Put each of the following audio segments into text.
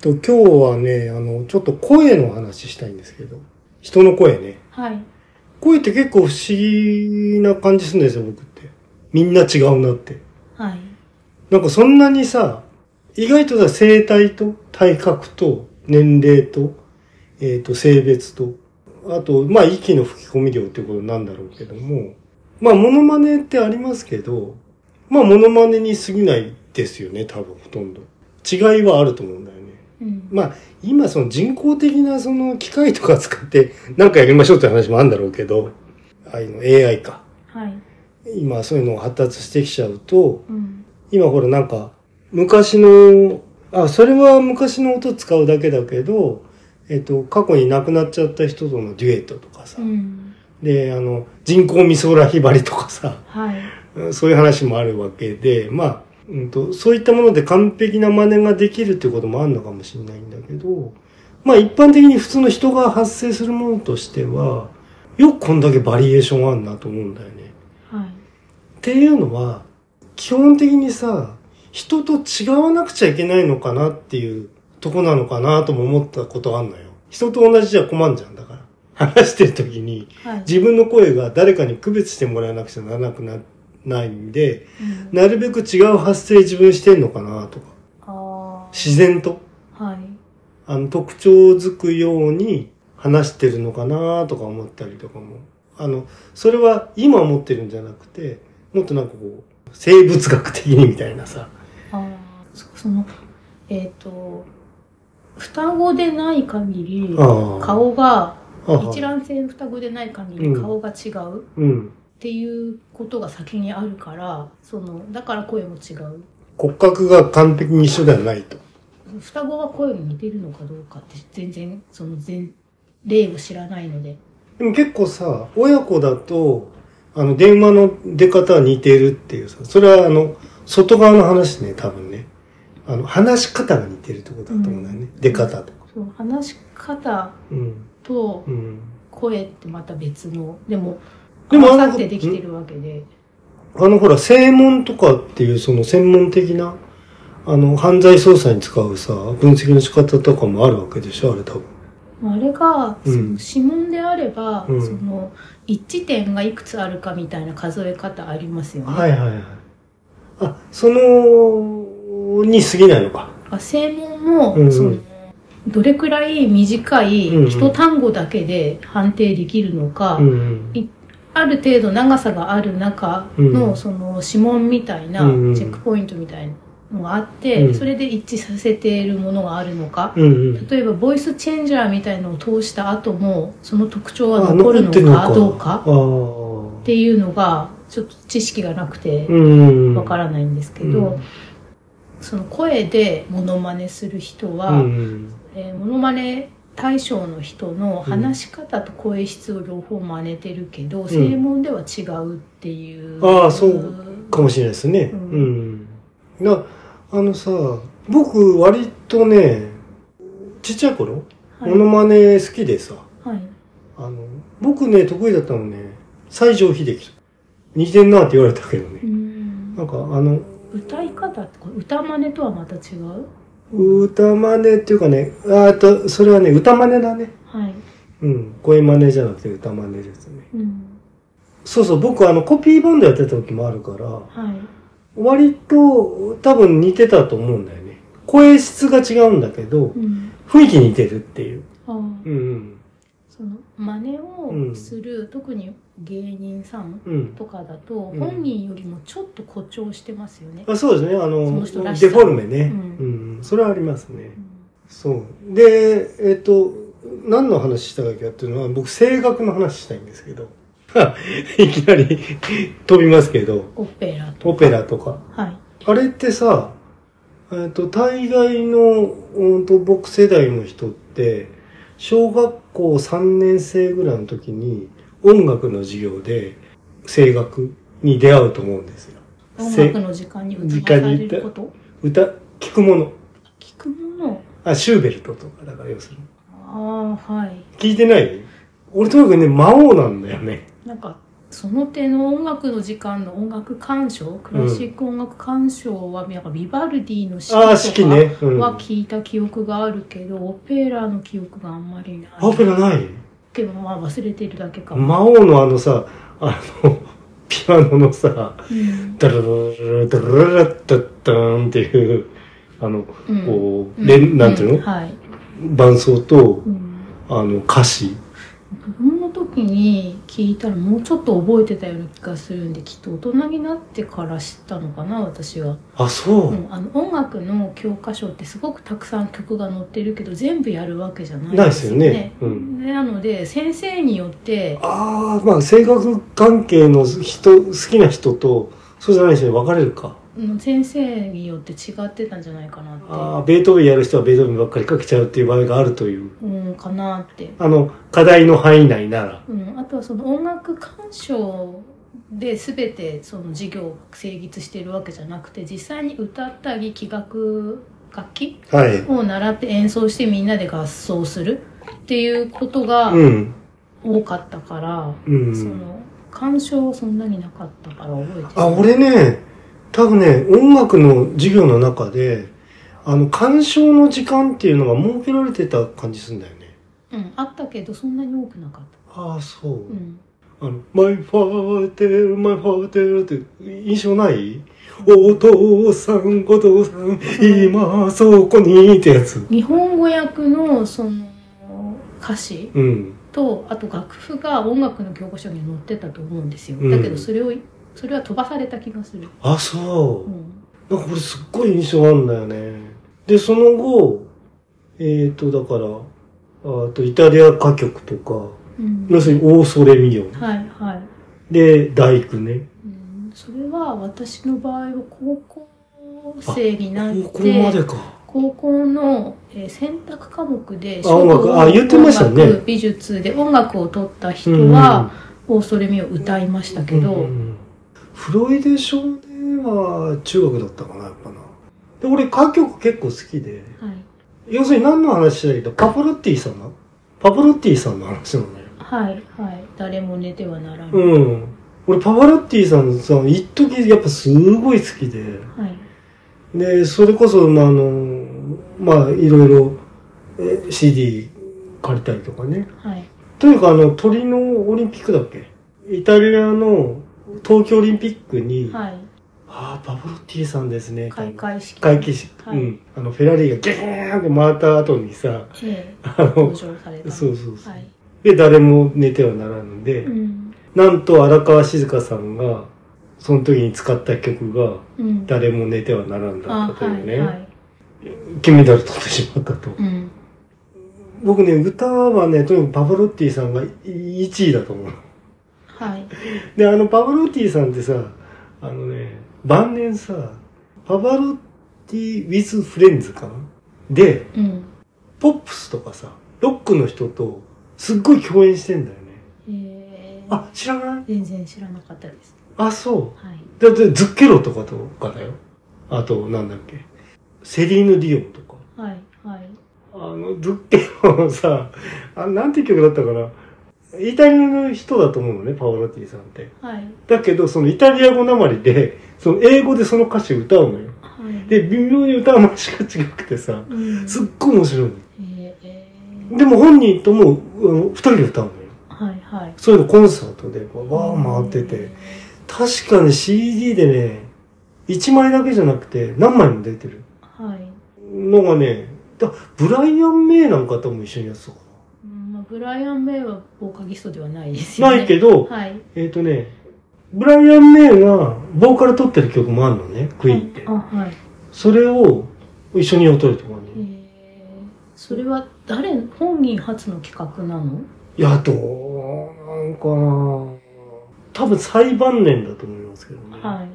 と今日はね、あの、ちょっと声の話したいんですけど、人の声ね。はい。声って結構不思議な感じするんですよ、僕って。みんな違うなって。はい。なんかそんなにさ、意外とさ、生体と体格と年齢と、えっ、と、性別と、あと、まあ、息の吹き込み量ってことなんだろうけども、まあ、モノマネってありますけど、まあ、モノマネに過ぎないですよね、多分ほとんど。違いはあると思うんだよね。うん。まあ、今その人工的なその機械とか使ってなんかやりましょうって話もあるんだろうけど、ああいうの AI か。はい。今そういうのが発達してきちゃうと、うん。今ほらなんか、昔の、あ、それは昔の音使うだけだけど、えっと、過去に亡くなっちゃった人とのデュエットとかさ、うん。で、あの、人工美空ひばりとかさ、はい。うんそういう話もあるわけで、まあ、うんと、そういったもので完璧な真似ができるっていうこともあるのかもしれないんだけど、まあ一般的に普通の人が発生するものとしては、よくこんだけバリエーションあるなと思うんだよね。はい。っていうのは、基本的にさ、人と違わなくちゃいけないのかなっていうとこなのかなとも思ったことあんのよ。人と同じじゃ困んじゃんだから。 話してる時にはい。自分の声が誰かに区別してもらえなくちゃならなくな、ないんで、うん、なるべく違う発声自分してんのかなとか、あ自然と、あ。はい。あの、特徴づくように話してるのかなとか思ったりとかも。あの、それは今思ってるんじゃなくて、もっとなんかこう、生物学的にみたいなさ。ああ。そその、えっ、と、双子でない限り、ああ顔が、ああ一卵性双子でない限りうん顔が違うっうん。ていうことが先にあるから、その、だから声も違う。骨格が完璧に一緒ではないと。双子は声に似てるのかどうかって全然、その全、例を知らないので。でも結構さ、親子だと、あの、電話の出方は似てるっていうさ、それはあの、外側の話ね、多分ね。あの、話し方が似てるってことだと思うんだよね。うん出方とか。その話し方うん。とうん。声ってまた別の、でも、ででもあも合のわさってできてるわけで。あのほら、正門とかっていうその専門的な、あの、犯罪捜査に使うさ、分析の仕方とかもあるわけでしょあれ多分。あれが、うんその指紋であれば、うんその一致点がいくつあるかみたいな数え方ありますよね。はいはいはい。あ、その、に過ぎないのか。あ正門も、うんそのどれくらい短いうんうん一単語だけで判定できるのか、うん。ある程度長さがある中うのんその指紋みたいなチうんうんェックポイントみたいなのがあって、うんそれで一致させているものがあるのか、うんうん。例えばボイスチェンジャーみたいのを通した後もその特徴はあ残るの残ってんのかかどうかああ。っていうのがちょっと知識がなくてうん。わかららないんですけど、うんその声でモノマネする人は、うん。えーモノマネ対象の人の話し方と声質を両方真似てるけど、正門では違うっていう。ああそうかもしれないですね。う。うんな、あのさ、僕割とね、ちっちゃい頃、はいモノマネ好きでさ、はい。あの、僕ね、得意だったのね、西城秀樹。似てんなって言われたけどねう。んなんか、あの、歌い方ってこれ歌真似とはまた違う歌真似っていうかね、ああと、それはね、歌真似だね。はい。うん。声真似じゃなくて歌真似ですね。うん。そうそう、僕あの、コピーバンドやってた時もあるから、はい。割と多分似てたと思うんだよね。声質が違うんだけど、うん。雰囲気似てるっていう。ああ。うんその真似をする、特に芸人さんうん。うん。とかだと、うん本人よりもちょっと誇張してますよね。あそうですね、あの、その人らしさデフォルメね、う。うんそれはありますね。うんそう。で、えっ、と、何の話したかっていうのは、僕、声楽の話したいんですけど、 いきなり飛びますけど、オペラと。オペラとか。はい。あれってさ、えっ、と、大概の、うんと、僕世代の人って、小学校3年生ぐらいの時に、音楽の授業で、声楽に出会うと思うんですよ。音せ楽の時間に歌わされること。歌、聞くもの。聞くもの。あ、シューベルトとか、だから要するに。ああ、はい。聞いてない俺とにかくね、魔王なんだよね。なんか、その手の音楽の時間の音楽鑑賞クラシック音楽鑑賞は、なんかビバルディのああ、好式きとかね。うん。はあ、聞いた記憶があるけど、オペラの記憶があんまりない。オペラないでもまあ忘れてるだけかも。魔王のあのさ、あの、ピアノのさ、うんダラララダラララッタッターンっていう、あの、うんこうう、連、なんていうの、はい。伴奏とう、んあの、歌詞。子供の時に聞いたらもうちょっと覚えてたような気がするんできっと大人になってから知ったのかな私は、あ、そうう。ん、あの音楽の教科書ってすごくたくさん曲が載ってるけど全部やるわけじゃないないですよねうんでなので先生によってああ、まあ、性格関係の人、好きな人と、そうじゃない人に分かれるか。うん先生によって違ってたんじゃないかなあっあ、ベートーベンやる人はベートーベンばっかりかけちゃうっていう場合があるという。てうんかなって、あの、課題の範囲内なら。うん、あとはその音楽鑑賞で全てその授業を成立してるわけじゃなくて実際に歌ったり器楽楽器はい。を習って演奏してみんなで合奏するっていうことがうん。多かったから、うそん。の鑑賞はそんなになかったから覚えてるあ、俺ね、多分ね、音楽の授業の中で、あの、鑑賞の時間っていうのが設けられてた感じするんだよね。うん、あったけどそんなに多くなかった、ああ、そう。うん、あの、マイファーテル、マイファーテルって印象ないお父さん、お父さん、今、そこにってやつ。日本語訳のその歌詞うん。とあと楽譜が音楽の教科書に載ってたと思うんですよ、うんだけどそれをそれは飛ばされた気がする、あ、そうう。なん、んかこれすっごい印象あるんだよね。で、その後、えっ、ー、と、だから、ああと、イタリア歌曲とか、うん、要するにオーソレミオン。はいはいで、大工ね。うんそれは私の場合は高校生になって高校までか。高校の、えー選択科目であ音楽あ言ってましたね音楽美術で音楽を取った人は、オーソレミを歌いましたうけんど、うんうんフロイデ少年は中学だったかな、やっぱな。で、俺歌曲結構好きで、はい、要するに何の話だけど、パパロッティさんなパパロッティさんの話なのね。はいはい誰も寝てはならぬ、うん。俺パパロッティさんさ、一時やっぱすごい好きで、はいで、それこそ、まあ、あの、まあ、いろいろ、え CD 借りたりとかね。はいとにかくあの、鳥のオリンピックだっけイタリアの東京オリンピックに、はいああ、パブロッティさんですね。開会式会計士。はいうん。あの、フェラーリがゲーンって回った後にさ、ええあ登の、場されたそうそうそう。はい、で、誰も寝てはならぬんで、うんなんと荒川静香さんが、その時に使った曲が、うん、誰も寝てはならんだあったとはいうね、いはい金メダル取ってしまったと。うん僕ね、歌はね、とにかくパブロッティさんが1位だと思う。はいで、あの、パバロッティさんってさ、あのね、晩年さ、パバロッティ with friends かなで、うんポップスとかさ、ロックの人と、すっごい共演してんだよね。ええあ、知らない全然知らなかったですあ、そ。はいうだって、ズッケロとかとかだよ。あと、なんだっけ。セリーヌ・ディオンとか。はいはいあの、ズッケロのさ、あ、なんて曲だったかな。イタリアの人だと思うのね、パワロッティさんって。はいだけど、そのイタリア語なまりで、その英語でその歌詞を歌うのよ。はいで、微妙に歌う間しか違くてさ、うんすっごい面白いええの。でも本人とも、あの二人で歌うのよ。はいはいそういうのコンサートで、わー回ってて。確かね、CD でね、一枚だけじゃなくて、何枚も出てるはい、のがね、だブライアン・メイなんかとも一緒にやってたかうんまあ、ブライアン・メイはボーカリストではないですよな。ねないけど、はいえっ、とね、ブライアン・メイがボーカル取ってる曲もあるのね、クイーンってあ。はいそれを一緒にやったりとかえね。ー、それは誰本人初の企画なのいや、どうなんかな多分最晩年だと思いますけどね。はい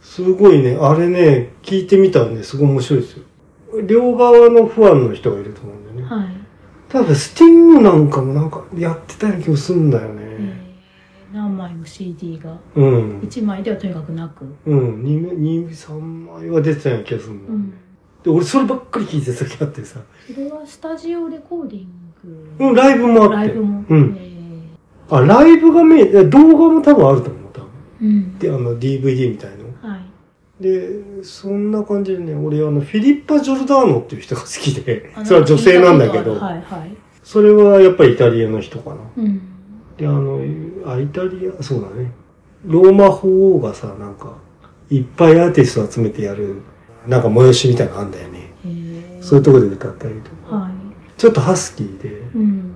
すごいね、あれね、聞いてみたらね、すごい面白いですよ。両側のファンの人がいると思うんだよね。はい、多分スティングなんかもなんかやってたような気もするんだよえね。ー、何枚も CD がうん。 1枚ではとにかくなくうん。二2、3枚は出てたような気がするんだうよね、んで、俺そればっかり聞いてた時あってさ。それはスタジオレコーディングうん、ライブもあって。ライブも、うんえあ、ライブがメイン、動画も多分あると思う、多分。うんで、あの、DVD みたいの。はいで、そんな感じでね、俺、あの、フィリッパ・ジョルダーノっていう人が好きであ、それは女性なんだけ聞いたことど、あるはいはいそれはやっぱりイタリアの人かな。うんで、あの、あ、イタリア、そうだね。ローマ法王がさ、なんか、いっぱいアーティスト集めてやる、なんか催しみたいなのあんだよね。へーそういうとこで歌ったりとか。はちょっとハスキーで、いうん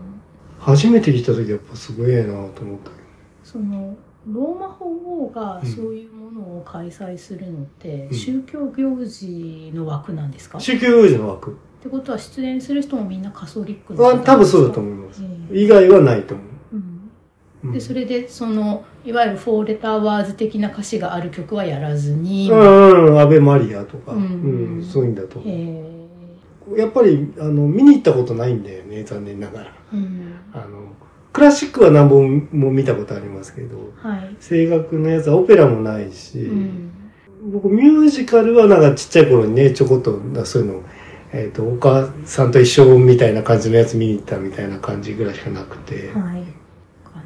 初めて来た時やっぱすごいなと思ったけそのローマ法王がうんそういうものを開催するのって、うん宗教行事の枠なんですか、ど。っ宗教行事の枠。てことは出演する人もみんなカソリックのあ人多分そうだと思います。以外はないと思うんう。うんでそれでそのいわゆる「フォーレターワーズ」的な歌詞がある曲はやらずに、うへんうん、安倍マリアとか、ううんん、そういうんだと思えう。やっぱり、あの、見に行ったことないんだよね、残念ながら。うんあの、クラシックは何本も見たことありますけど、はい、声楽のやつはオペラもないし、うん僕ミュージカルはなんかちっちゃい頃にね、ちょこっと、そういうの、えっ、と、お母さんと一緒みたいな感じのやつ見に行ったみたいな感じぐらいしかなくて、はい、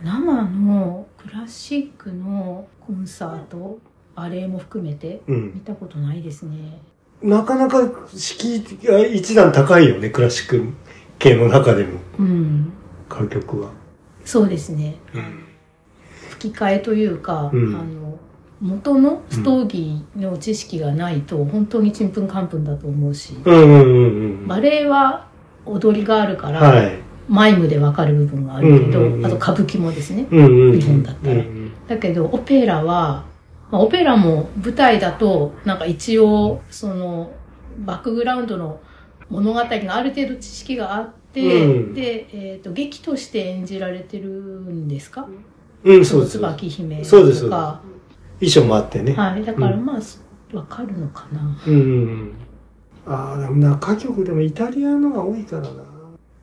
生のクラシックのコンサートバレエも含めてうん見。たことないですねなかなか敷居が一段高いよね、クラシック系の中でも、うん歌曲は。そうですね、うん吹き替えというか、うんあの元のストーリーの知識がないと本当にちんぷんかんぷんだと思うし、うんうんうんうん。バレエは踊りがあるから、はい。マイムでわかる部分があるけど、うんうんうんあと歌舞伎もですねうんうんうん。日本だったらうんだけどオペラは、まあ、オペラも舞台だとなんか一応そのバックグラウンドの物語がある程度知識があって、うんで、えー、と劇として演じられてるんですかうん、うん、そうです。衣椿姫そうですとか装もあってね。はいだからうんまあ、そわかるのかなうんうんうん。ああ、でもな、歌曲でもイタリアのが多いからな。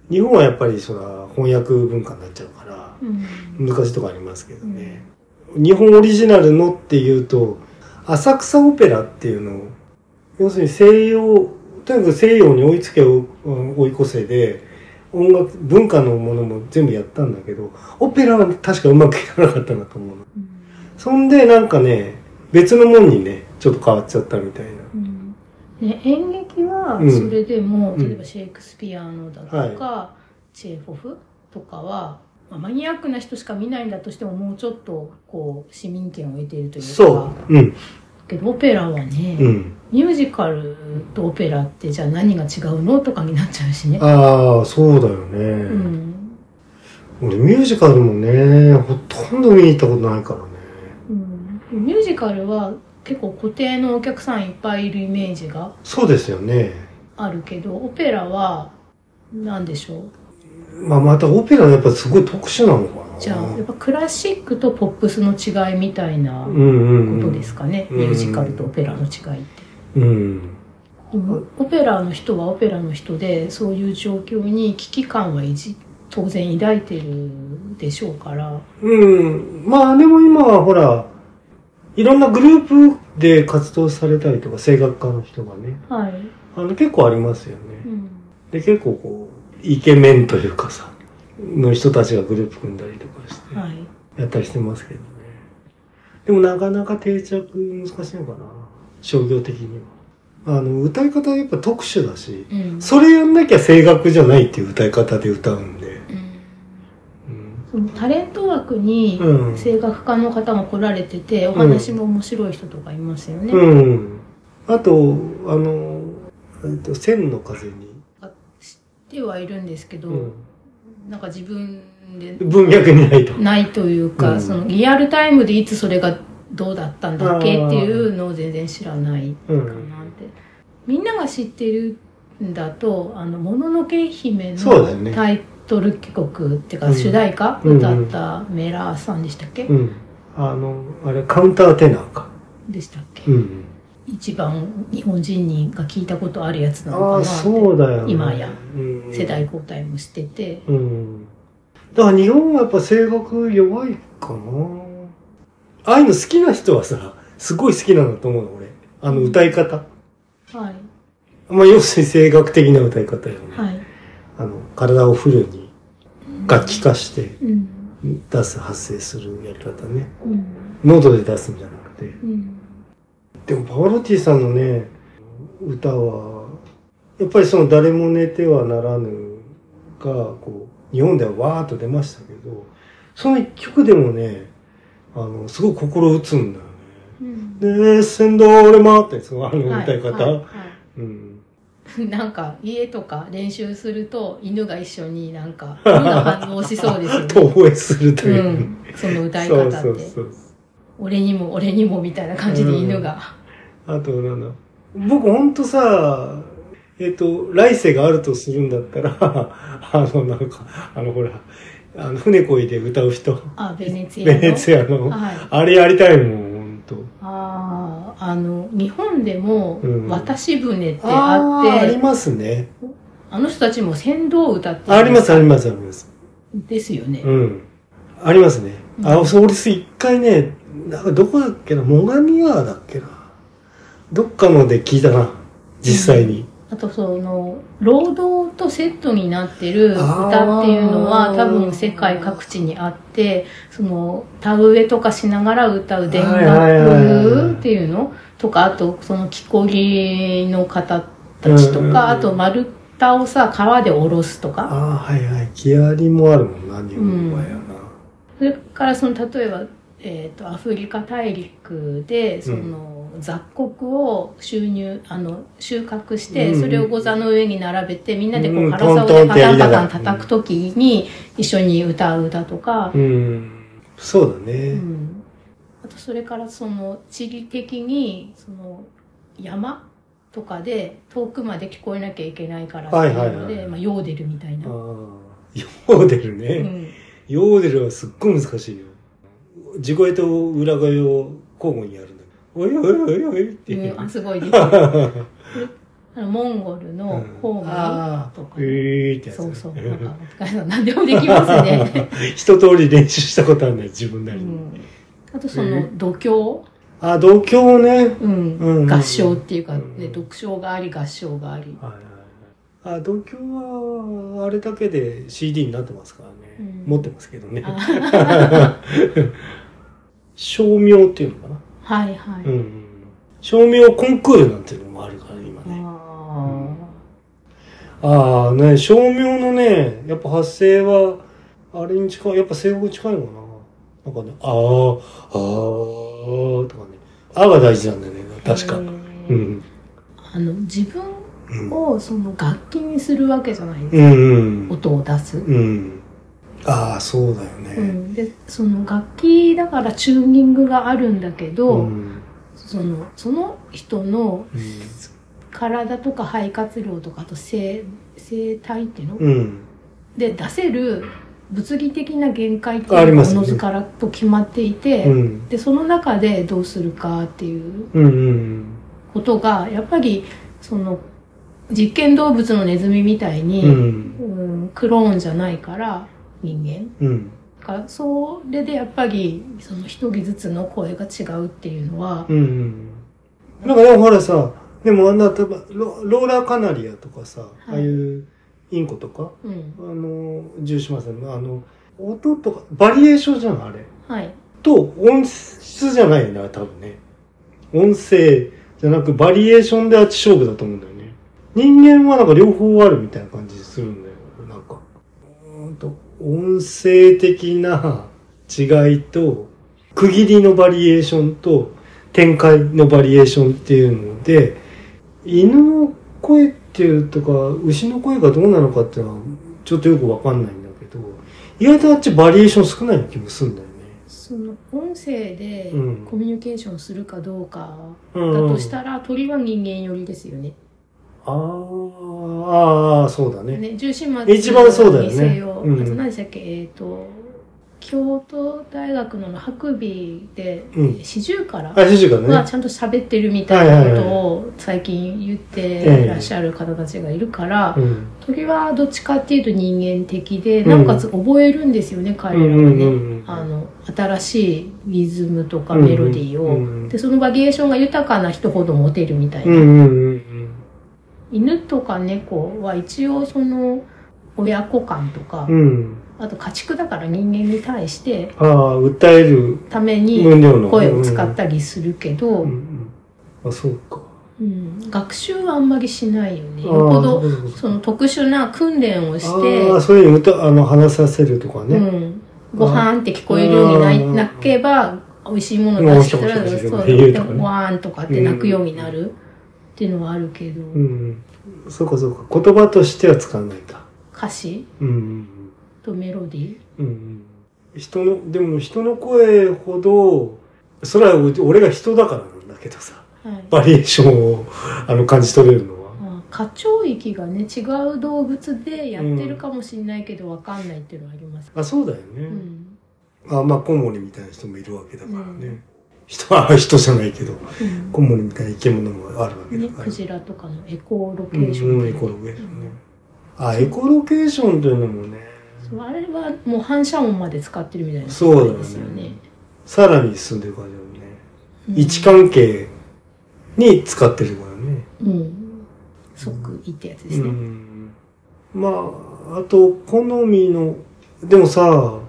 日本はやっぱりそら翻訳文化になっちゃうから、うん、難しいとこありますけどね。日本オリジナルのっていうと、浅草オペラっていうのを、要するに西洋、とにかく西洋に追いつけをうん追い越せで、音楽、文化のものも全部やったんだけど、オペラは確かうまくいかなかったなと思うの。うんそんでなんかね、別のもんにね、ちょっと変わっちゃったみたいな。うんね、演劇はうんそれでも、うん例えばシェイクスピアのだとか、チェーホフとかは、まあマニアックな人しか見ないんだとしてももうちょっとこう市民権を得ているというかそう。うん。けどオペラはね、うん。ミュージカルとオペラってじゃあ何が違うのとかになっちゃうしね。ああ、そうだようね。ん俺ミュージカルもね、ほとんど見に行ったことないからね。うん、ミュージカルは結構固定のお客さんいっぱいいるイメージがそうですよね。あるけどオペラは何でしょうまあまたオペラはやっぱすごい特殊なのかな。じゃあやっぱクラシックとポップスの違いみたいなうんうんこうとん。ですかね、うんミュージカルとオペラの違いって。うん。でもオペラの人はオペラの人でそういう状況に危機感はいじ当然抱いてるでしょうから、うん。まあでも今はほら、いろんなグループで活動されたりとか、声楽家の人がね、はいあの結構ありますよねう。んで、結構こう、イケメンというかさ、の人たちがグループ組んだりとかして。はい、やったりしてますけどね。でもなかなか定着難しいのかな。商業的には。あの、歌い方はやっぱ特殊だし、うんそれやんなきゃ声楽じゃないっていう歌い方で歌うんで。ううんん。そのタレント枠にうん。声楽家の方が来られててお話も面白い人とかいますよね。うん。あと、あの、えっと、千の風に、ではいるんですけど、なんか自分でうん文脈にないと。ないというか、うんそのリアルタイムでいつそれがどうだったんだっけっていうのを全然知らないかうなって、ん。みんなが知ってるんだと「あのもののけ姫」そうだよねのタイトル曲っていううかん主題歌、うん歌ったメラーさんでしたっけ、うん。あの、あれ、カウンターテナーか。でしたっけうん。一番日本人にが聞いたことあるやつなのあかあ、なっそうだよね。今やうん、て世代交代もしてて、うん。だから日本はやっぱ声楽弱いかな。ああいうの好きな人はさ、すごい好きなんだと思うの、俺。あの歌い方。はいまあ、要するに声楽的な歌い方よね。はい、あの、体をフルに楽器化して、うん出す、発生するやり方ね。うん喉で出すんじゃなくて。うんでも、パワロティさんのね、歌は、やっぱりその誰も寝てはならぬが、こう、日本ではわーっと出ましたけど、その一曲でもね、あの、すごく心打つんだよね。うんで、先導俺もって、そのあの歌い方。はいはいはいうん。 なんか家とか練習すると犬が一緒になんか犬が反応しそうですよ とね。応援するとういう。ん、その歌いそ方っうてそうそう。俺にも俺にもみたいな感じで犬が、あと、なんだ。僕、ほんとさ、えっ、と、来世があるとするんだったら、 あの、なんか、あの、ほら、あの、船こいで歌う人、あベネツィアベのネツィアの、はい、あれやりたいもん、ほんと。あああの日本でもうん渡し船ってあっーあて、りますね。あの人たちも船頭歌ってあります、あります、あります。ですよね、うん。ありますね。あ、そう、俺、一回ね、なんかどこだっけな、最上川だっけな。どっかので聞いたな、実際に。あとその労働とセットになってる歌っていうのあはー多分世界各地にあってその田植えとかしながら歌う伝はいはいはいはい楽っていうのとかあとその木こぎの方たちとうんうんうんかあと丸太をさ川で下ろすとかああ、はいはい。木ありもあるもんな、日本はやな。それからその例えば、えー、とアフリカ大陸でその、雑穀を収入あの収穫して、うんそれをござの上に並べてみんなでこううん辛さをトでントンっパてやタりンなパがらタン叩く時に一緒に歌うだとか、うん。そうだうね。んあとそれからその地理的にその山とかで遠くまで聞こえなきゃいけないからっていうので、はいはいはいはいまあ、ヨーデルみたいああな。ヨーデルうね。んヨーデルはすっごい難しいよ。地声と裏声を交互にやるんだけど。おいおいおいおいっていうう。ん、ああすごい です。あのモンゴルのホームあとかー、えーってに、やつそね。うそう、なんか、お疲れ様何でもできますね。 一通り練習したことあるんだよ、自分うなりに。ん、あとそえのー度胸、ああ、同郷ね。う、うんうんうんん合唱っていうか、うんうんね、読唱があり合唱があり、はいはいはい。あ、同郷は、あれだけで CD になってますからね。うん持ってますけどね。あ商名っていうのかな。はいはい。うんうん。照明コンクールなんていうのもあるからね、今ね。あああ、ね、照明のね、やっぱ発声は、あれに近い、やっぱ声楽に近いのかな。なんかね、ああ、ああ、とかね。あが大事なんだよね、ー確か。へうーん。あの自分うん。をその楽器にするわけじゃないです、うんうん。音を出す、うん。ああ、そうだようね。ん、でその楽器だからチューニングがあるんだけうど、ん。うん。そのその人の体とか肺活量とかあと生生体っていうの、うん。で出せる物理的な限界ってあいりうまのがおすねのずからと決まっていて、うん。でその中でどうするかっていううんうん。ことがやっぱりその実験動物のネズミみたいうん。うに、ん。うんクローンじゃないから人間うん。だからそれでやっぱりその一人ずつの声が違うっていうのは、うんうんうん。なんかでもほらさ、でもあんな、例えばロローラーカナリアとかさ、ああいうインコとか、うんあの、重視しますね。あの、音とか、バリエーションじゃん、あれ。はいと、音質じゃないよね、多分ね。音声じゃなく、バリエーションであっち勝負だと思うんだよね。人間はなんか両方あるみたいな感じするんだよ、なんか。うーんと、音声的な違いと、区切りのバリエーションと、展開のバリエーションっていうので、犬の声っていうとか、牛の声がどうなのかっていうのは、ちょっとよくわかんないんだけど、意外とあっちバリエーション少ない気もするんだよね。その音声でうんコミュニケーションするかどうかだだとしたら、鳥は人間寄りですよね。あーあー、そうだね。ね重心松一番そうだよねにせようんあと何でしたっけ、えっ、と京都大学の白尾でうん四十からあ、主人ががね。ちゃんと喋ってるみたいなこはいとはいを最近言っていらっしゃる方たちがいるから、うん。鳥はどっちかっていうと人間的で、うんなおかつ覚えるんですよね彼らはね、うんうんうんあの新しいリズムとかメロディーを、うんうんうんでそのバリエーションが豊かな人ほどモテるみたいな、うんうんうん犬とか猫は一応その親子感とか、うん。あと家畜だから人間に対してああ、訴えるために分量の。声を使ったりするけど、ううんうんんうん。あ、そうか。学習はあんまりしないよね。あよあほどそうかその特殊な訓練をしてああ、、そういう歌、あの、話させるとかうね。ん、ご飯って聞こえるようになあーいなけば美味しいもの出してたうらんそうそうそうそうでそうもわーんとかって泣くようになるっていうのはあるけど、うん。そうか、そうか。言葉としては使わないか。歌詞うんうんとメロディーうん。うんうん。人の、でも人の声ほど、それは俺が人だからなんだけどさ、はいバリエーションを、あの、感じ取れるのは。まあ花鳥域がね違う動物でやってるかもしれないけど分かんないっていうのはあります、あ、そうだようね。んあ、まあ、コウモリみたいな人もいるわけだからね。人は人じゃないけど、うんコウモリみたいな生き物もあるわけだね、からク。ジラとかのエコーロケうんーション、うん、エコロケーションね。あ、エコロケーションというのもね、そうあれはもう反射音まで使ってるみたいなそうだよねですよねさらに進んでいく感じだよね。うん位置関係に使ってるからね。うん即位ってやつですうね、ん。まあ、あと、好みの、でもさ、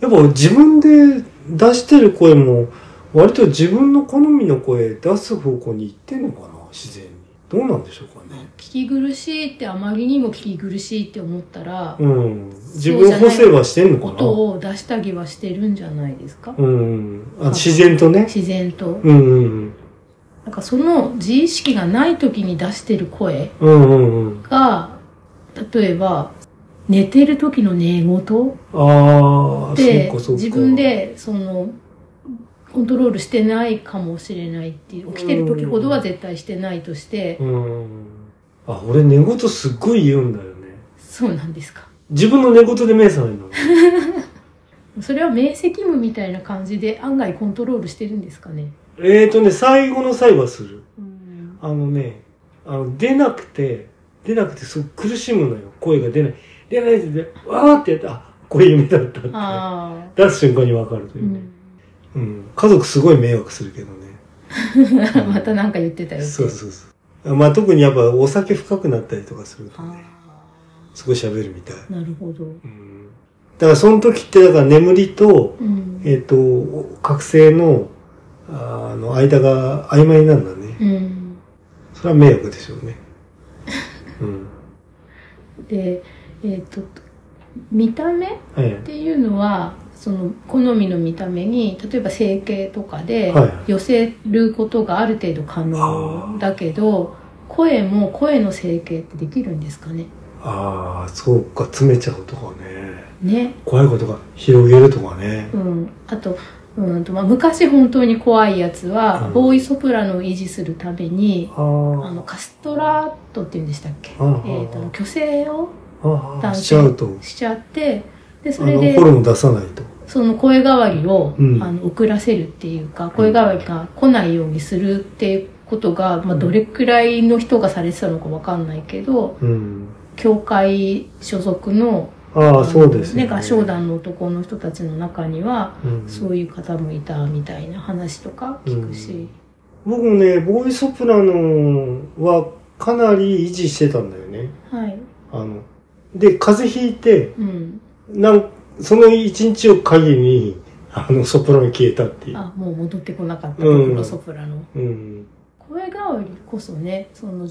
やっぱ自分で出してる声も、割と自分の好みの声出す方向に行ってんのかな、自然に。どうなんでしょうかね。聞き苦しいってあまりにも聞き苦しいって思ったら、うん。自分補正はしてんのかな。音を出したりはしてるんじゃないですか、うん。あ自然とね。自然とうんうんなんかその自意識がない時に出してる声うん。うんうんうん。が例えば寝てる時の寝言ああ、でそうかそうか。自分でそのコントロールしてないかもしれないっていう起きてる時ほどは絶対してないとして、うん。あ、俺寝言すっごい言うんだよね。そうなんですか自分の寝言で目覚めるの。それは明晰夢みたいな感じで案外コントロールしてるんですかね、えーとね、最後の最後はする。うん、あのね、あの、出なくて、出なくてすごい苦しむのよ。声が出ない。出ないで、でわーってやって、あ、これ夢だったって。ああ出す瞬間にわかるというね、うん。家族すごい迷惑するけどね。 またなんか言ってたよ。そうそうそう。まあ特にやっぱお酒深くなったりとかするとね、あすごい喋るみたい。ーなるほど。うん。だからその時って、だから眠りと、うん。えっ、と、覚醒の、あの、間が曖昧なんだね。うん、それは迷惑でしょう ね。うん。で、えっ、と、見た目っはい。ていうのは、その好みの見た目に例えば整形とかでは寄せることがある程度可能だけど、声も声の整形ってできるんですかねああ、そうか、詰めちゃうとかね。ね、怖いことが広げるとかね。うん、あとうんと、まあ、昔本当に怖いやつは、うんボーイソプラノを維持するためにああーのカストラートっていうんでしたっけ、あーえー、と虚勢をあー、男性しちゃうと。しちゃってであそれの、でホルモン出さないと。その声変わりを、うんあの遅らせるっていうか声変わりが来ないようにするっていうことが、まあ、うんどれくらいの人がされてたのかわかんないけどうん。教会所属のあああ、のそうですね合唱団の男の人たちの中には、うんそういう方もいたみたいな話とか聞くし、僕もね、ボーイソプラノはかなり維持してたんだよね。はい、あの、で、風邪ひいて、うん、なんその一日を限りに、あの、ソプラノ消えたっていう。あもう戻ってこなかった、うんプロソプラのうん。声変わりこそねその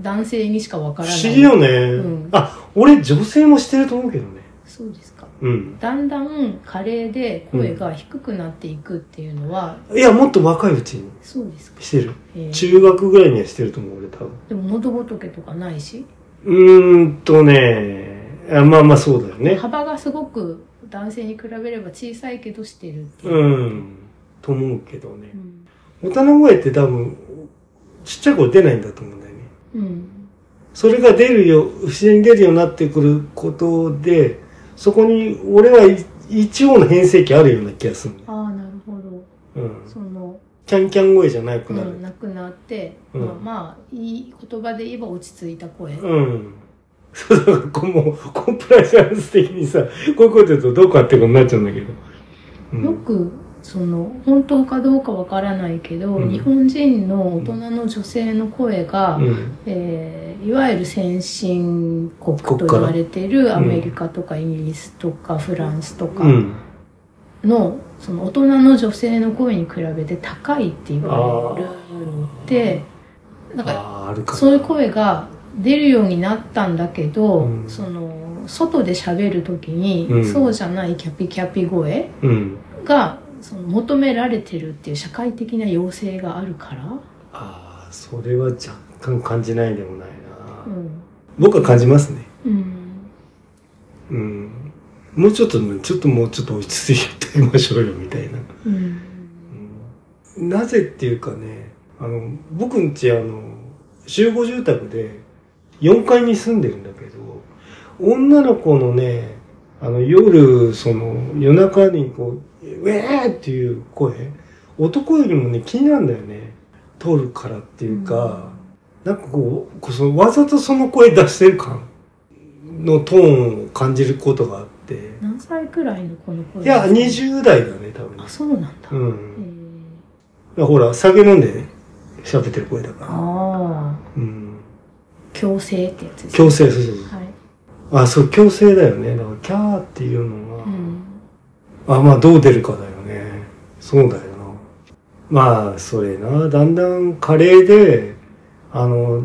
男性にしかわ不からない思議よね。うんあ、俺女性もしてると思うけどね。そうですかうん。だんだん加齢で声が低くなっていくっていうのは、いや、もっと若いうちにそうですか、してる。えー中学ぐらいにはしてると思う、俺多分。でも喉仏とかないし、うーんとね、あまあまあそうだよね。幅がすごく男性に比べれば小さいけどしてるっていう、うん。と思うけどねう。ん大人声って多分、ちっちゃい声出ないんだと思うんだよね。うんそれが出るよ、不自然に出るようになってくることで、そこに俺はい一応の変声期あるような気がするんだよ。ああなるほどうん。その、キャンキャン声じゃなくうなるん、。なくなって、うんまあ、まあいい言葉で言えば落ち着いた声、うん。そうだからこう、もう、コンプライアンス的にさ、こういうこと言うとどうかってことになっちゃうんだけど。うよん。くその本当かどうかわからないけど、うん日本人の大人の女性の声が、うん。えーいわゆる先進国ことっから言われているアメリカとかイギリスとかフランスとかうん。の,、その大人の女性の声に比べて高いって言われるってなんかあーあるかもそういう声が出るようになったんだけど、うんその外で喋る時に、うんそうじゃないキャピキャピ声うん。がその求められてるっていう社会的な要請があるから、ああ、それは若干感じないでもないな。うん僕は感じますね。うん、うん。もうちょっと、ちょっともうちょっと落ち着いていきましょうよ、みたいな。うん、うんなぜっていうかね、あの、僕んちあの、集合住宅で4階に住んでるんだけど、女の子のね、あの、夜、その、夜中にこう、ウェーっていう声、男よりもね、気になるんだよね。通るからっていうか、なんかこう、こうそのわざとその声出してる感のトーンを感じることがあって、何歳くらいのこの声いや、20代だね、多分あ。そうなんだ、うんだえ。ーからほら、酒飲んで喋ってる声だから。ああうん。強制ってやつです強制、そうそうそう。はい、あ、そう、強制だよね。だから、キャーっていうのは、うん、あ、まあ、どう出るかだよね。そうだよな。まあ、それな。だんだん、加齢で、あの、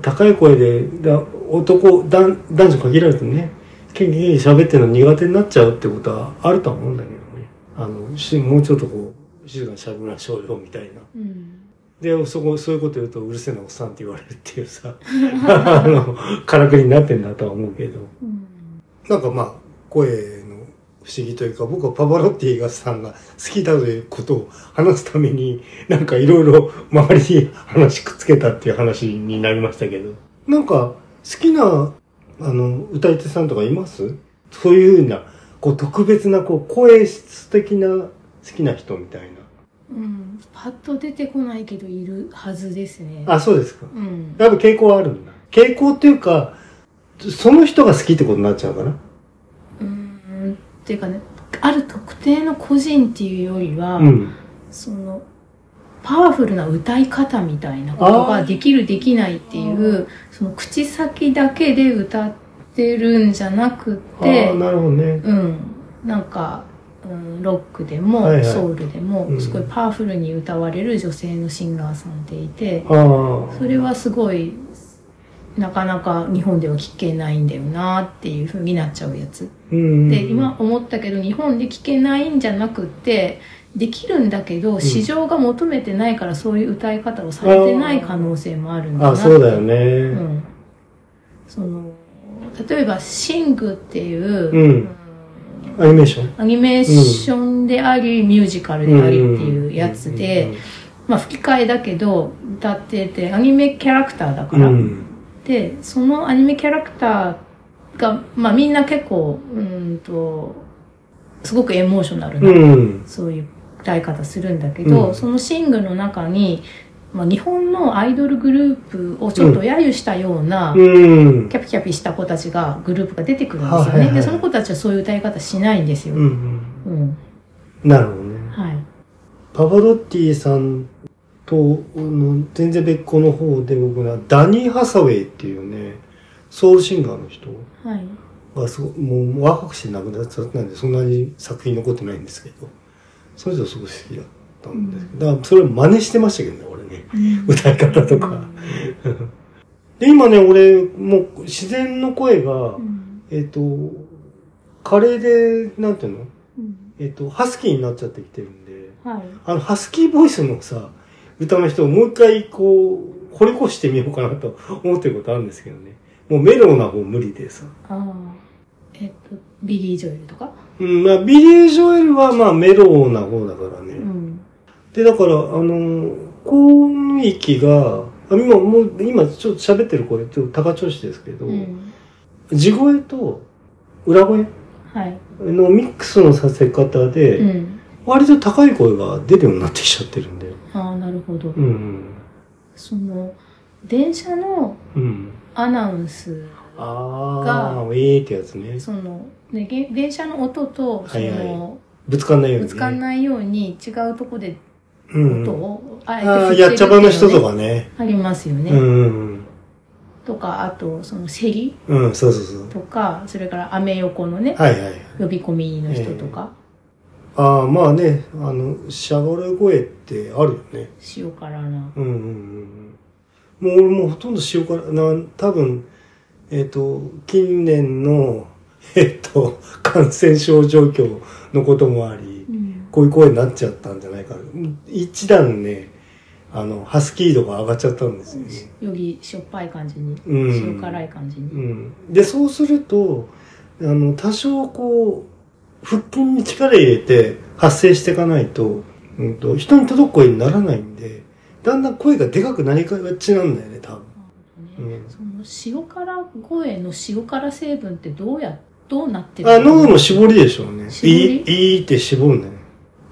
高い声で、だ男、だん男女限られてね、ケンケンケン喋ってるの苦手になっちゃうってことはあるとは思うんだけどね。あの、しもうちょっとこう、静かに喋りましょうよ、みたいな。うん、で、そこ、そういうこと言うと、うるせえなおっさんって言われるっていうさ、 あの、からくりになってんだとは思うけど。うん、なんかまあ、声の不思議というか、僕はパパロッティがさんが好きだということを話すために、なんかいろいろ周りに話くっつけたっていう話になりましたけど。なんか、好きな、あの、歌い手さんとかいますそういうふうな、こう特別な、こう、声質的な好きな人みたいうん、パッと出てこないけどいるはずですねな。あ、そうですか。うんやっぱ傾向はあるんだ。傾向っていうか、その人が好きってことになっちゃうかな。うーんっていうかねある特定の個人っていうよりは、うん。そのパワフルな歌い方みたいなことあがーできるできないっていうその口先だけで歌ってるんじゃなくあてあ、なるほどね。うん、なんか、うん、ロックでも、はいはいソウルでも、うんすごいパワフルに歌われる女性のシンガーさんっていてああ。それはすごいなかなか日本では聞けないんだよなっていう風になっちゃうやつ。うん。で今思ったけど日本で聞けないんじゃなくてできるんだけど市場が求めてないからそういう歌い方をされてない可能性もあるんだなあ、そうだようね。ん、その例えば「シング」っていう、うんアニメーション。アニメーションであり、ミュージカルでありっていうやつで、うんまあ吹き替えだけど歌っててアニメキャラクターだかうんら、うんうん。でそのアニメキャラクターが、まあ、みんな結構うーんとすごくエモーショナルうな、ん。そういう歌い方するんだけど、うんそのシングの中に、まあ、日本のアイドルグループをちょっと揶揄したような、うん。キャピキャピした子たちがグループが出てくるんですよね、はいはいはいでその子たちはそういう歌い方しないんですよ、うんうん。うんなるほどね。はい、パパロッティさんと、の全然別個の方で僕は、ダニー・ハサウェイっていうね、ソウルシンガーの人。はい、がすごもう若くして亡くなっちゃったんでそんなに作品残ってないんですけどその人すごい好きだったんですけど、だからそれを真似してましたけどね俺ね歌い方とかで今ね俺もう自然の声が、うんえっ、とカレーでなんていうのうんえっ、とハスキーになっちゃってきてるんではいあのハスキーボイスのさ歌の人をもう一回こう掘り越してみようかなと思ってることあるんですけどねもうメロウな方無理でさああえっとビリー・ジョエルとかうん、まあ、ビリー・ジョエルはまあメロウな方だからね。うんで、だから、あのー、高音域が、あ今、もう、今、ちょっと喋ってる声、ちょっと高調子ですけど、うん地声と裏声はいのミックスのさせ方で、うん割と高い声が出るようになってきちゃってるんだよ。ああなるほどうん。その電車のうん。アナウンスああ、ウィーってやつね。その、ね、げ電車の音とそはいはいのぶつかんないようにぶね。つかんないように違うとこでうん、う音ん。をあえてああ、振やっちゃばの人ってるっていうとねかね。ありますよね、うんうんとかあとその競りうん。うん、そうそうそう。とかそれからアメ横のね、はいはい。呼び込みの人とか、ああ、まあね、あの、シャバレ声ってあるよね。塩辛なうんうんうんうん。もう俺もうほとんど塩辛、なん、多分、えっ、と、近年の、 えっ、と、感染症状況のこともあり、うんこういう声になっちゃったんじゃないかな。一段ね、あの、ハスキー度が上がっちゃったんですよね。よりしょっぱい感じに、うん塩辛い感じに、うん。で、そうすると、あの、多少こう、腹筋に力入れて発声していかないと、うんと、人に届く声にならないんで、だんだん声がでかくなりがちなんだよね、多分。ねうんその塩辛声の塩辛成分ってどうやどうなってるあ、喉の絞りでしょうね。い絞いり、いいって絞るんだよね。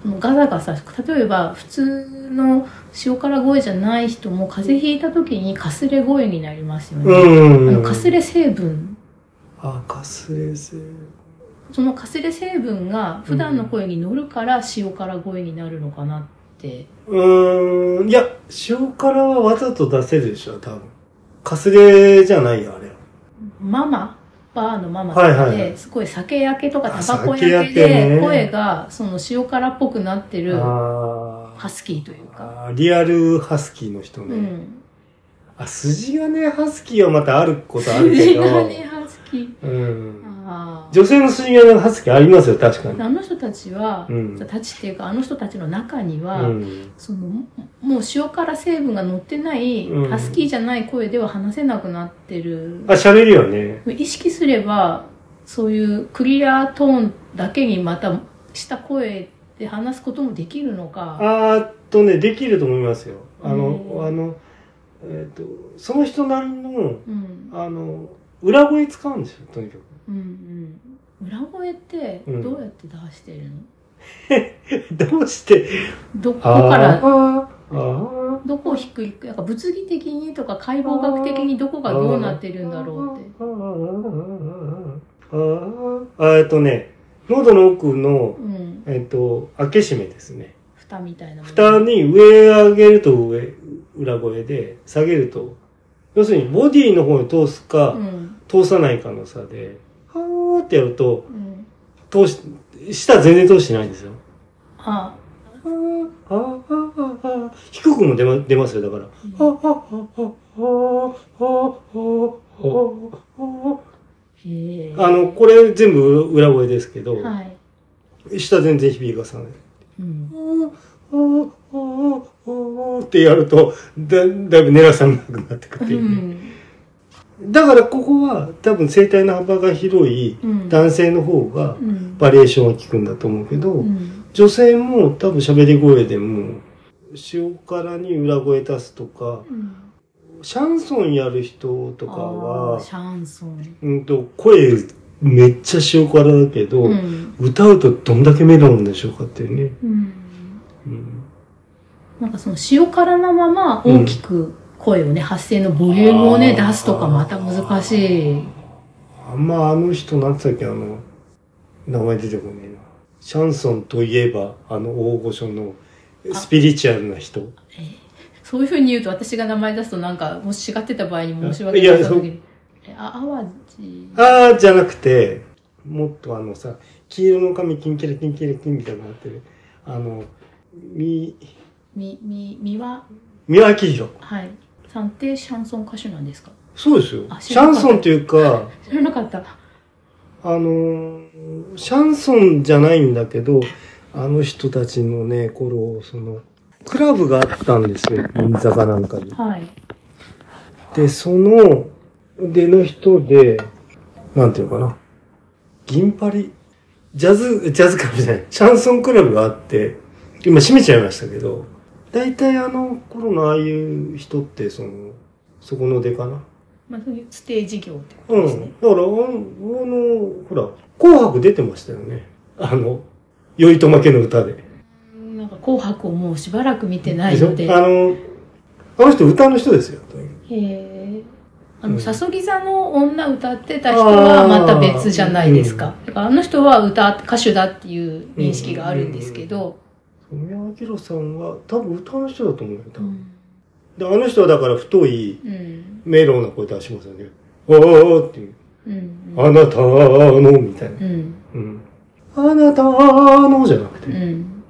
もうガサガサ例えば普通の塩辛声じゃない人も風邪ひいた時にかすれ声になりますようね、んあうんうのん。かすれ成分あ、かすれせ。そのかすれ成分が普段の声に乗るから塩辛声になるのかなって、うーん。いや、塩辛はわざと出せるでしょ、多分。かすれじゃないよ、あれは。ママバーのママはいはいっはいてすごい酒焼けとかあタバコ酒焼焼けけねで声がその塩辛っぽくなってるあーハスキーというか、あーリアルハスキーの人うね。ん、あ、筋金ハスキーはまたあることあるけ 筋ど。金ハスキーうん。あー女性の筋金ハスキーありますよ、確かに。あの人たちは、うんたちっていうかあの人たちの中には、うん。そのもう塩辛成分が乗ってない、うんハスキーじゃない声では話せなくなってるあ、喋るよね。意識すればそういうクリアトーンだけにまたした声で話すこともできるのかあーっとね、できると思いますよ。あうの、んあの、えっ、と、その人なりの、うんあの、裏声使うんですよ、とにかく。 うんうん裏声ってうんどうやって出してるどの、うして、どこからあーあーどこを低くなんか物理的にとか解剖学的にどこがどうなってるんだろうってあーあーあーえっとね、喉の奥の、うんえっ、と、開け閉めですね。蓋みたいなもの蓋に上上げると上、裏声で、下げると、要するにボディの方に通すか、うん通さないかの差で、はーってやると、うん通し、下全然通してないんですよ。あはーはーはーはー低くも出ま出ますよ、だから。はうんーはーはーはーはーはーはーはへえーあの、これ全部裏声ですけど、はい、下全然響かさない。うん、ってやると、だ、だいぶ狙さんなくなってくうっていうね。んだからここは多分声帯の幅が広いうん男性の方がうんバリエーションが効くんだと思うけうど、ん女性も多分喋り声でも、塩辛に裏声足すとか、うんシャンソンやる人とかあーは、シャンソン、うんと、声めっちゃ塩辛だけど、うん歌うとどんだけメロンでしょうかっていうね。うん、うんなんかその塩辛なまま大きく声をね、発声のボリュームをねあー出すとかまた難しいあんまあの人なんつったっけあの、名前出てこねえな。シャンソンといえば、あの大御所のスピリチュアルな人。そういうふうに言うと私が名前出すとなんかもし違ってた場合に申し訳いやないそうにえあ淡路ああ、じゃなくて、もっとあのさ、黄色の髪キンキラキンキラキンみたいになってる。あの、み、みみみは三輪明宏。はいさんってシャンソン歌手なんですかそうですよあ。シ知ャらなンかったソンっていうか、知らなかったあのーシャンソンじゃないんだけど、あの人たちのね、頃、その、クラブがあったんですよ。銀座かなんかに。はいで、その腕の人で、なんていうのかな。銀パリ、ジャズ、ジャズクラブじゃない、シャンソンクラブがあって、今閉めちゃいましたけど、大体あの頃のああいう人って、その、そこの出かな。まあそういうステージ業ってこうとですねん。だから、あの、あのほら、紅白出てましたよね。あの、酔いと負けの歌で。うんなんか紅白をもうしばらく見てないでしょのであの、あの人歌の人ですよ。とにかくへえあうの、んさそぎ座の女歌ってた人はまた別じゃないですあか。だからあの人は歌、歌手だっていう認識があるんですけど、宮明さんは多分歌の人だと思うよ、多う分ん。で、あの人はだから太いうん。メロウな声出しますよね。おーおーっていう。うん。あなたの、みたいな。うん。うん。あなたのじゃなくて。うん。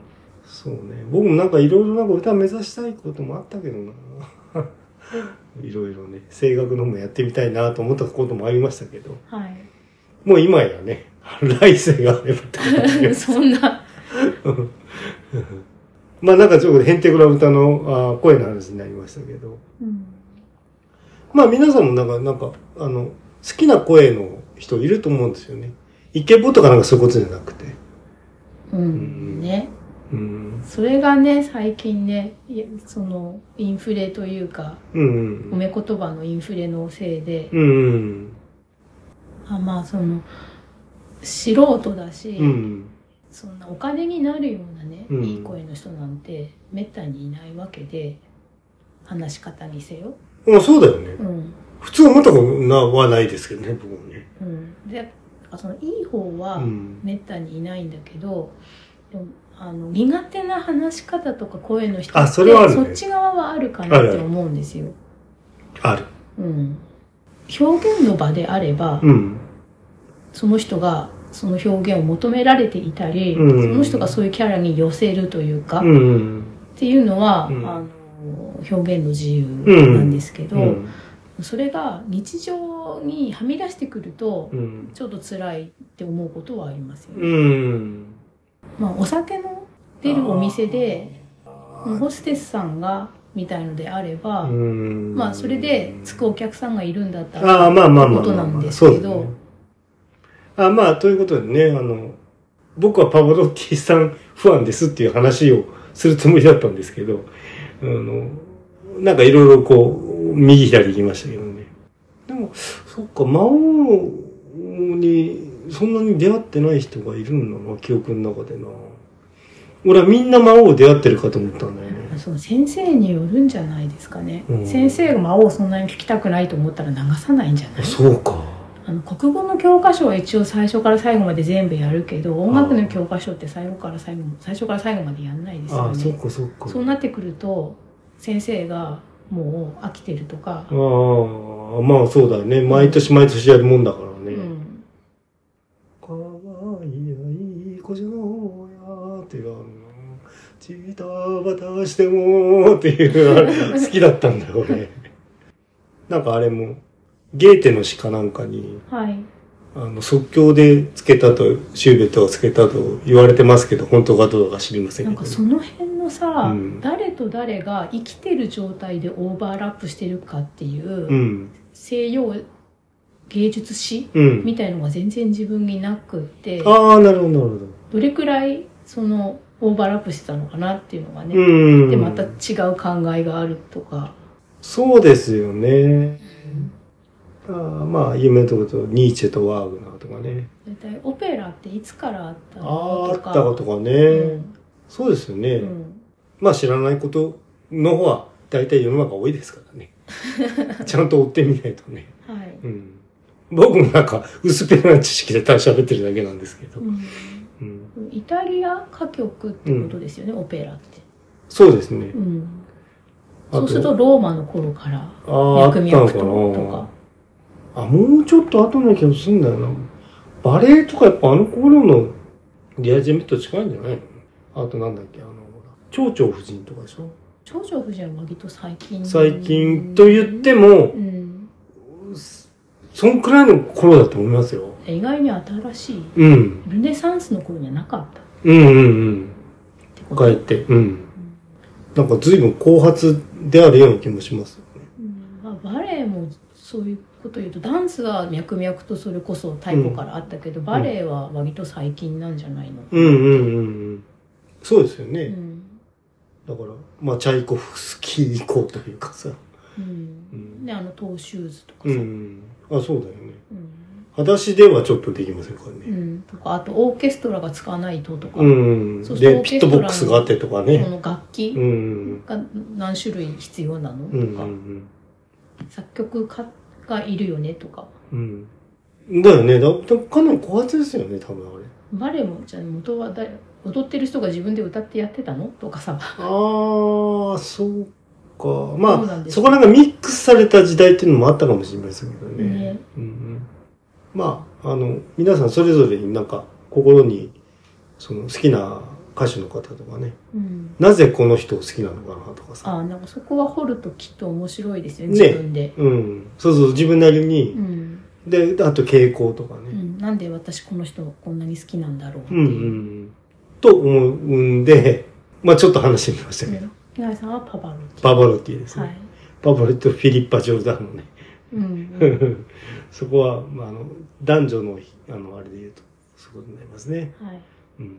そうね。僕もなんかいろいろなんか歌目指したいこともあったけどな。 いろいろね、声楽の方もやってみたいなと思ったこともありましたけど、はい。もう今やね、来世があればってことだ よ そんな、まあなんかちょっとヘンテクラ歌のあー声の話になりましたけど、うん。まあ皆さんもなんか、なんか、あの、好きな声の人いると思うんですよね。イケボとかなんかそういうことじゃなくて。うん。ね。うん。それがね、最近ね、いやその、インフレというか、うん褒うん。め言葉のインフレのせいで、うんうん。あまあ、その、素人だし、うん。そんなお金になるようなね、うんいい声の人なんてめったにいないわけで話し方にせよ、まあそうだよねう。ん普通思ったことなはないですけどね、僕もね。うん、でそのいい方はうん。めったにいないんだけど、でもあの苦手な話し方とか声の人あってそれはあるねっち側はあるかなあるっあてる思うんですよ。ある。うん、表現の場であれば、うん。その人がその表現を求められていたり、うんその人がそういうキャラに寄せるというか、うん。っていうのは、うんあの表現の自由なんですけど、うん。それが日常にはみ出してくると、うん。ちょっと辛いって思うことはありますよね。うん。まあ、お酒の出るお店で、ホステスさんがみたいのであれば、うん。まあ、それでつくお客さんがいるんだったああ、ら、まあまあまあまあ。ことなんですけどそうだねあまあ、ということでね、あの、僕はパボロッティさんファンですっていう話をするつもりだったんですけど、あの、なんかいろいろこう、右左行きましたけどね。でも、そっか、魔王に、そんなに出会ってない人がいるんだな、記憶の中でな。俺はみんな魔王出会ってるかと思ったんだよね。その先生によるんじゃないですかね。うん先生が魔王をそんなに聞きたくないと思ったら流さないんじゃないそうか。あの国語の教科書は一応最初から最後まで全部やるけど音楽の教科書って最後から最後最初から最後までやんないですよあねあ、そっかそっか。そうなってくると先生がもう飽きてるとか、ああ、まあそうだね。毎年毎年やるもんだからうね。ん、かわいい子じゃのうやっていうあの、ちたばたしてもっていうあれ好きだったんだよ、俺。 なんかあれも、ゲーテの詩かなんかに、はいあの、即興でつけたと、シューベットがつけたと言われてますけど、本当かどうか知りませんなけんどかね。その辺のさ、うん誰と誰が生きてる状態でオーバーラップしてるかっていう、うん。西洋芸術史うん。みたいのが全然自分になくってどああ、なるほど、なるほど。れくらいそのオーバーラップしてたのかなっていうのがね、うん。でまた違う考えがあるとか、そうですよね。あーまあ、有名なところと、ニーチェとワーグナーとかね。大体オペラっていつからあったあのあー、あとっかたことかね。うんそうですよね。うんまあ、知らないことの方は、大体世の中多いですからね。 ちゃんと追ってみないとね。はい、うん。僕もなんか、薄っぺらな知識でただ喋ってるだけなんですけど。ううん、ん、イタリア歌曲ってことですよね、オペラって、そうですねう。ん、あそうするとローマの頃からああ、あった脈の々かとなとかあ、もうちょっと後の気がするんだよな。バレエとかやっぱあの頃のリアジェミと近いんじゃないのあとなんだっけ、あの、ほら、蝶々夫人とかでしょ長女夫人は割と最近最近と言ってもう、ん、そんくらいの頃だと思いますよ。意外に新しいうん。ルネサンスの頃にはなかったっうんうんてうこん。と、変えて。うん。なんか随分後発であるような気もしますよね。うんまあ、バレエもそういうこと言うとダンスは脈々とそれこそ太古からあったけど、バレエは割と最近なんじゃないの、うんうんうんうん。そうですようね。んだから、まあ、チャイコフスキー以降というかさ。ううんんであのトーシューズとかさ、うんうん。あ、そうだよね。うん裸足ではちょっとできませんからうね。んとかあとオーケストラが使わないととか、うん。そうでそ、うピットボックスがあってとかそね。の楽う器ん。が何種類必要なのうん。うとか、ん作曲家がいるよねとか。うん。だよね。だだかなり枯発ですよね、多分あれ。バレエもじゃあ元は誰踊ってる人が自分で歌ってやってたのとかさ。ああ、そうか。そうまなんあ、ですそこなんかミックスされた時代っていうのもあったかもしれませんけどね。ねうんうん、まあ、あの、皆さんそれぞれになんか心に、その好きな歌手の方とかね、うん。なぜこの人を好きなのかなとかさ。ああ、なんかそこは掘るときっと面白いですよね、ね自分で。うん。そうそう、自分なりにう、ん。で、あと傾向とかうね。ん。なんで私この人こんなに好きなんだろうってういん、うん、うん。と思うんで、まあちょっと話してみましたけど、ね木内さんはパパロッババロッティですチ。ね。はい。ババロッティとフィリッパ・ジョルダンのね。 うん、うん。そこは、まあ、あの、男女の、あの、あれで言うと、そういうことになりますね。はい。うん。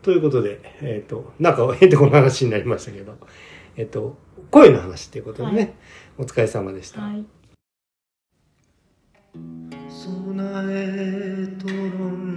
ということで、えっ、と、なんか、へんてこの話になりましたけど、えっ、と、声の話っていうことでね、はいお疲れ様でした。はい。備えとろん